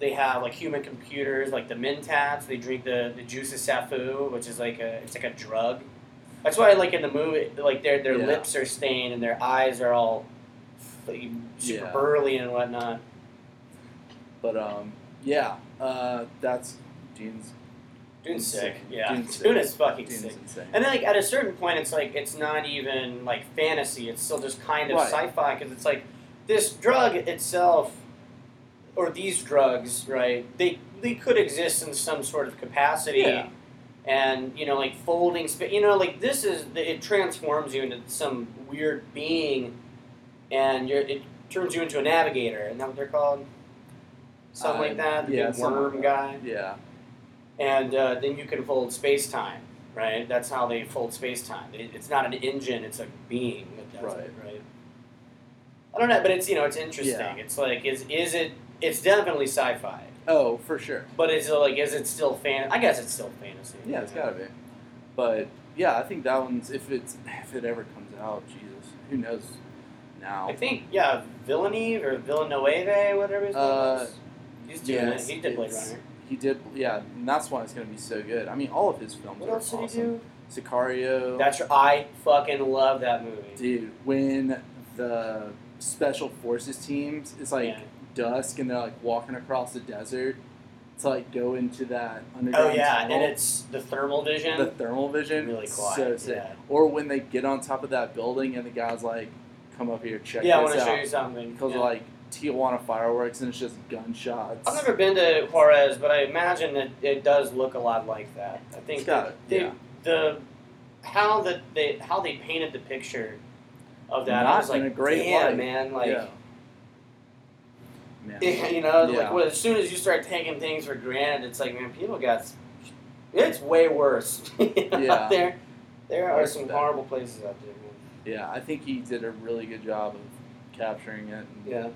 B: they have like human computers, like the Mintats. They drink the the juice of safu, which is like a it's like a drug. That's why like in the movie, like their their
A: Yeah.
B: lips are stained and their eyes are all like, super
A: Yeah.
B: burly and whatnot.
A: But um, yeah, uh, that's Dune's.
B: Dune's
A: Dune's
B: sick.
A: sick.
B: Yeah,
A: Dune's sick.
B: Dune is fucking
A: Dune's
B: sick.
A: insane.
B: And then, like at a certain point, it's like it's not even like fantasy. It's still just kind of
A: Right.
B: sci-fi because it's like this drug itself, or these drugs, right? They they could exist in some sort of capacity,
A: Yeah.
B: and you know, like folding. Sp- you know, like this is it transforms you into some weird being, and you're it turns you into a navigator. Isn't that what they're called? Something
A: Uh,
B: like that. The
A: yeah,
B: big
A: something like
B: worm
A: that.
B: guy
A: yeah,
B: and uh, then you can fold space time, right? That's how they fold space time. It, it's not an engine; it's a being that does it, right? I don't know, but it's you know it's interesting.
A: Yeah.
B: It's like is is it? It's definitely sci-fi,
A: oh for sure.
B: but is it like is it still fan? I guess it's still fantasy.
A: Yeah, it's gotta be. But yeah, I think that one's if it's if it ever comes out, Jesus, who knows now?
B: I think yeah, Villeneuve or Villeneuve, whatever his name
A: Uh,
B: is. He's doing
A: yes,
B: it. He did Blade
A: it's-
B: Runner.
A: He did, yeah, and that's why it's gonna be so good. I mean, all of his films
B: What
A: are
B: else did
A: awesome.
B: he do?
A: Sicario,
B: That's I fucking love that movie.
A: dude. When the special forces teams, it's like
B: Yeah.
A: dusk and they're like walking across the desert to like go into that underground.
B: Oh yeah, and
A: tunnel.
B: it's the thermal vision.
A: the thermal vision,
B: really
A: so
B: quiet.
A: sick.
B: yeah.
A: Or when they get on top of that building and the guy's like, "Come up here, check
B: yeah, I
A: this
B: want to
A: out."
B: show you something.
A: because
B: yeah.
A: of like Tijuana fireworks and it's just gunshots.
B: I've never been to Juarez, but I imagine that it does look a lot like that. I think
A: It's got
B: that
A: it,
B: they-
A: yeah.
B: the how that they how they painted the picture of that. I
A: Not
B: was like,
A: in a great
B: damn,
A: light."
B: man, like.
A: yeah. Man.
B: You know,
A: Yeah.
B: like well, as soon as you start taking things for granted, it's like man, people got s- it's way worse. You know,
A: Yeah.
B: there, there are
A: Worse
B: some
A: than-
B: horrible places out there. Man.
A: yeah, I think he did a really good job of capturing it. and-
B: Yeah,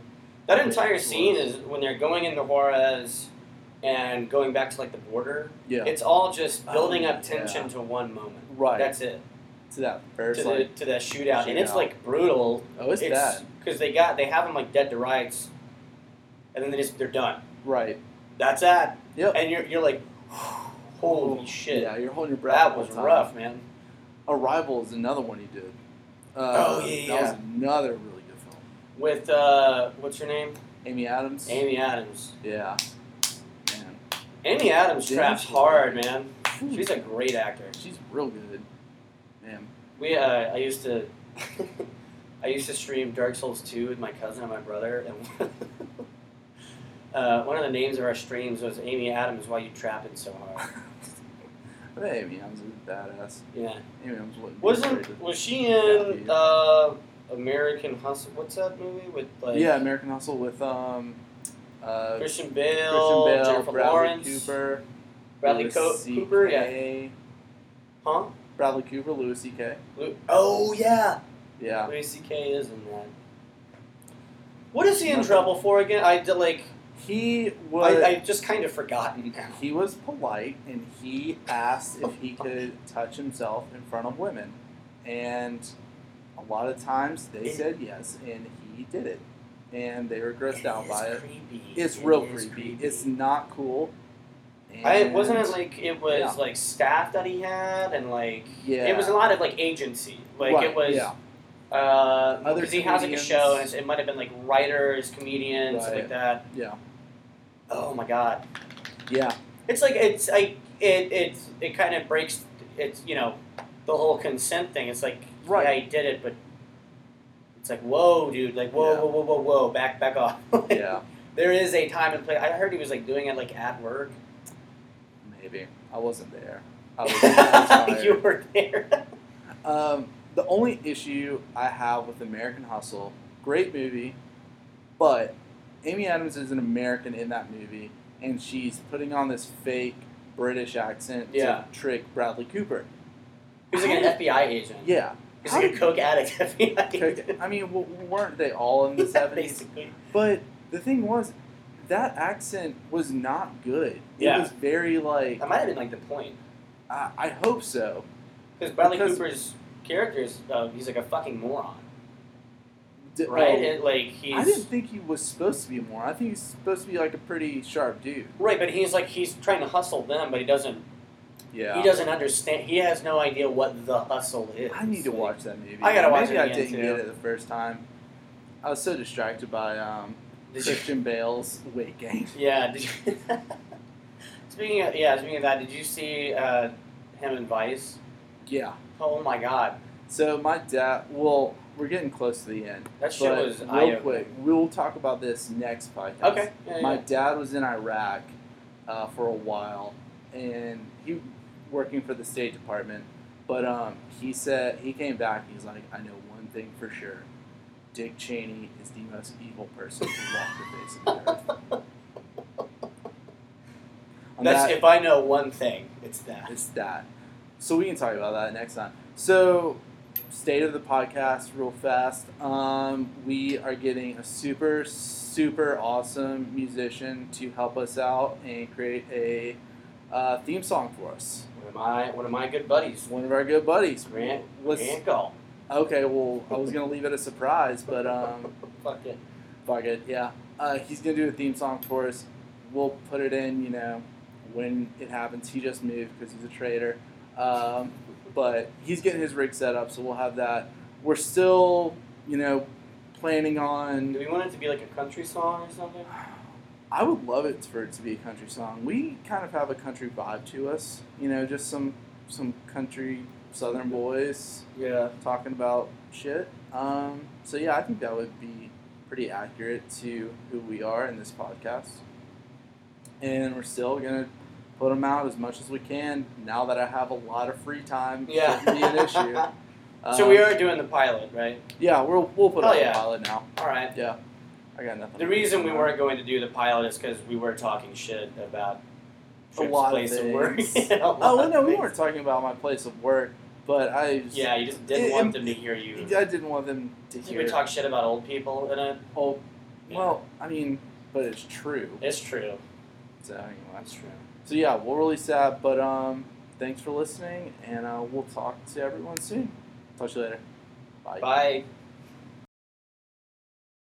B: that
A: Yeah,
B: entire
A: it's
B: scene
A: Mm-hmm. worse.
B: is when they're going into Juarez and going back to like the border.
A: yeah,
B: It's all just
A: Oh,
B: building
A: yeah.
B: up tension to one moment.
A: right
B: That's it.
A: to that
B: To
A: first
B: the,
A: like
B: to that shootout, and it's
A: shootout.
B: like brutal.
A: oh it's, bad
B: because they got they have them like dead to rights, and then they just they're done.
A: right
B: That's that.
A: Yep.
B: And you're you're like, holy shit,
A: yeah you're holding your breath
B: that
A: the whole
B: was
A: time.
B: rough, man.
A: Arrival is another one he did. Uh,
B: Oh, yeah,
A: that was
B: yeah.
A: another really good film.
B: With uh, what's her name?
A: Amy Adams.
B: Amy Adams.
A: Yeah, man,
B: Amy Adams
A: Damn,
B: traps
A: she's
B: hard, man.
A: Whew.
B: She's a great actor.
A: she's real good, man.
B: We uh, I used to I used to stream Dark Souls two with my cousin and my brother, and uh, one of the names of our streams was Amy Adams. Why you trapping so hard?
A: I bet Amy Adams is a badass.
B: Yeah,
A: Amy Adams wouldn't be afraid
B: wasn't
A: to-
B: was she in
A: Yeah.
B: uh, American Hustle? What's that movie with like
A: yeah, American Hustle with um, uh, Christian
B: Christian Bale,
A: Bale,
B: Jennifer
A: Bradley
B: Lawrence,
A: Cooper,
B: Bradley
A: Louis
B: Co-
A: C.K.,
B: Cooper? Yeah, huh?
A: Bradley Cooper, Louis C.K.
B: Lu- Oh yeah,
A: Yeah,
B: Louis C.K. is in that. What is he in
A: Nothing.
B: trouble for again? I did, like
A: he was.
B: I, I just kind of forgotten now.
A: he was polite and he asked if he could touch himself in front of women, and a lot of times they
B: It-
A: said yes, and he did it, and they were grossed
B: It
A: out
B: is
A: by it.
B: creepy.
A: It's
B: It
A: real
B: is
A: creepy. It's not cool. And
B: I wasn't it like it was
A: Yeah.
B: like staff that he had and like
A: yeah,
B: it was a lot of like agency. Like
A: right,
B: it was
A: yeah,
B: uh
A: Other
B: because he has like a
A: comedians.
B: show and it's, it might have been like writers, comedians, stuff
A: Right.
B: like that.
A: yeah,
B: Oh my god.
A: yeah,
B: It's like it's like it it it kind of breaks it's you know the whole consent thing. It's like
A: Right.
B: yeah, I did it but it's like whoa dude, like whoa
A: Yeah.
B: whoa whoa whoa whoa back back off.
A: yeah.
B: there is a time and place. I heard he was like doing it like at work.
A: Maybe I wasn't there. I was, I was tired.
B: you were there.
A: Um, the only issue I have with American Hustle, great movie, but Amy Adams is an American in that movie, and she's putting on this fake British accent
B: Yeah.
A: to trick Bradley Cooper.
B: He was like an FBI agent.
A: Yeah.
B: He was like a coke addict FBI agent.
A: I mean, w- weren't they all in the 70s?
B: Basically.
A: But the thing was, that accent was not good. It
B: Yeah.
A: was very like,
B: That might have been like the point.
A: I, I hope so.
B: Because Bradley
A: Because-
B: Cooper's character is uh, he's like a fucking moron,
A: D-
B: right?
A: well,
B: And, like
A: I didn't
B: he's
A: think he was supposed to be a moron. I think he's supposed to be like a pretty sharp dude.
B: right, but he's like he's trying to hustle them, but he doesn't.
A: Yeah.
B: He doesn't understand. He has no idea what the hustle is.
A: I need to
B: Like,
A: watch that movie.
B: I gotta watch
A: Maybe
B: it
A: I
B: again,
A: didn't
B: too.
A: get it the first time. I was so distracted by um,
B: did you-
A: Christian Bale's weight gain.
B: yeah. Did you, speaking of yeah, speaking of that, did you see uh, him in Vice?
A: Yeah.
B: Oh my God,
A: So my dad. Well, we're getting close to the end.
B: that shit
A: But
B: was
A: real
B: eye-opening.
A: quick, we'll talk about this next podcast.
B: Okay. Yeah, yeah,
A: My
B: yeah.
A: dad was in Iraq uh, for a while, and he working for the State Department. But um, he said he came back. He's like, I know one thing for sure: Dick Cheney is the most evil person to walk the face of the earth. On
B: That's
A: that-
B: if I know one thing, it's that.
A: it's that. So we can talk about that next time. So, state of the podcast, real fast. Um, we are getting a super, super awesome musician to help us out and create a uh, theme song for us.
B: One of my one of my good
A: It's
B: buddies,
A: one of our good buddies.
B: Grant.
A: Let's,
B: Grant Gall.
A: okay, well, I was going to leave it a surprise, but um,
B: Fuck it.
A: fuck it, yeah. Uh, he's going to do a theme song for us. We'll put it in, you know, when it happens. He just moved because he's a trader. Um, but he's getting his rig set up, so we'll have that. We're still, you know, planning
B: Do
A: on.
B: we want it to be like a country song or something?
A: I would love it for it to be a country song. We kind of have a country vibe to us, you know, just some some country Southern boys
B: Yeah.
A: talking about shit. Um, so yeah, I think that would be pretty accurate to who we are in this podcast. And we're still gonna put them out as much as we can now that I have a lot of free time.
B: Yeah.
A: shouldn't be an issue.
B: so
A: Um,
B: we are doing the pilot, right?
A: Yeah, we'll we'll put
B: Hell
A: out
B: yeah.
A: the pilot now.
B: All right.
A: Yeah, I got nothing.
B: The reason we weren't going to do the pilot is because we were talking shit about
A: A
B: Tripp's
A: lot of
B: place of work.
A: things.
B: Yeah, a
A: Oh well,
B: lot
A: no,
B: of
A: we
B: things.
A: weren't talking about my place of work, but I just,
B: Yeah, you just didn't
A: It-
B: want
A: it-
B: them to hear you.
A: I didn't want them to
B: You
A: hear.
B: would talk shit about old people, and it,
A: oh, well, I mean, but it's true.
B: it's true.
A: So anyway.
B: That's true.
A: So yeah, we'll release that. But um, thanks for listening, and uh, we'll talk to everyone soon. Talk to you later. Bye.
B: Bye.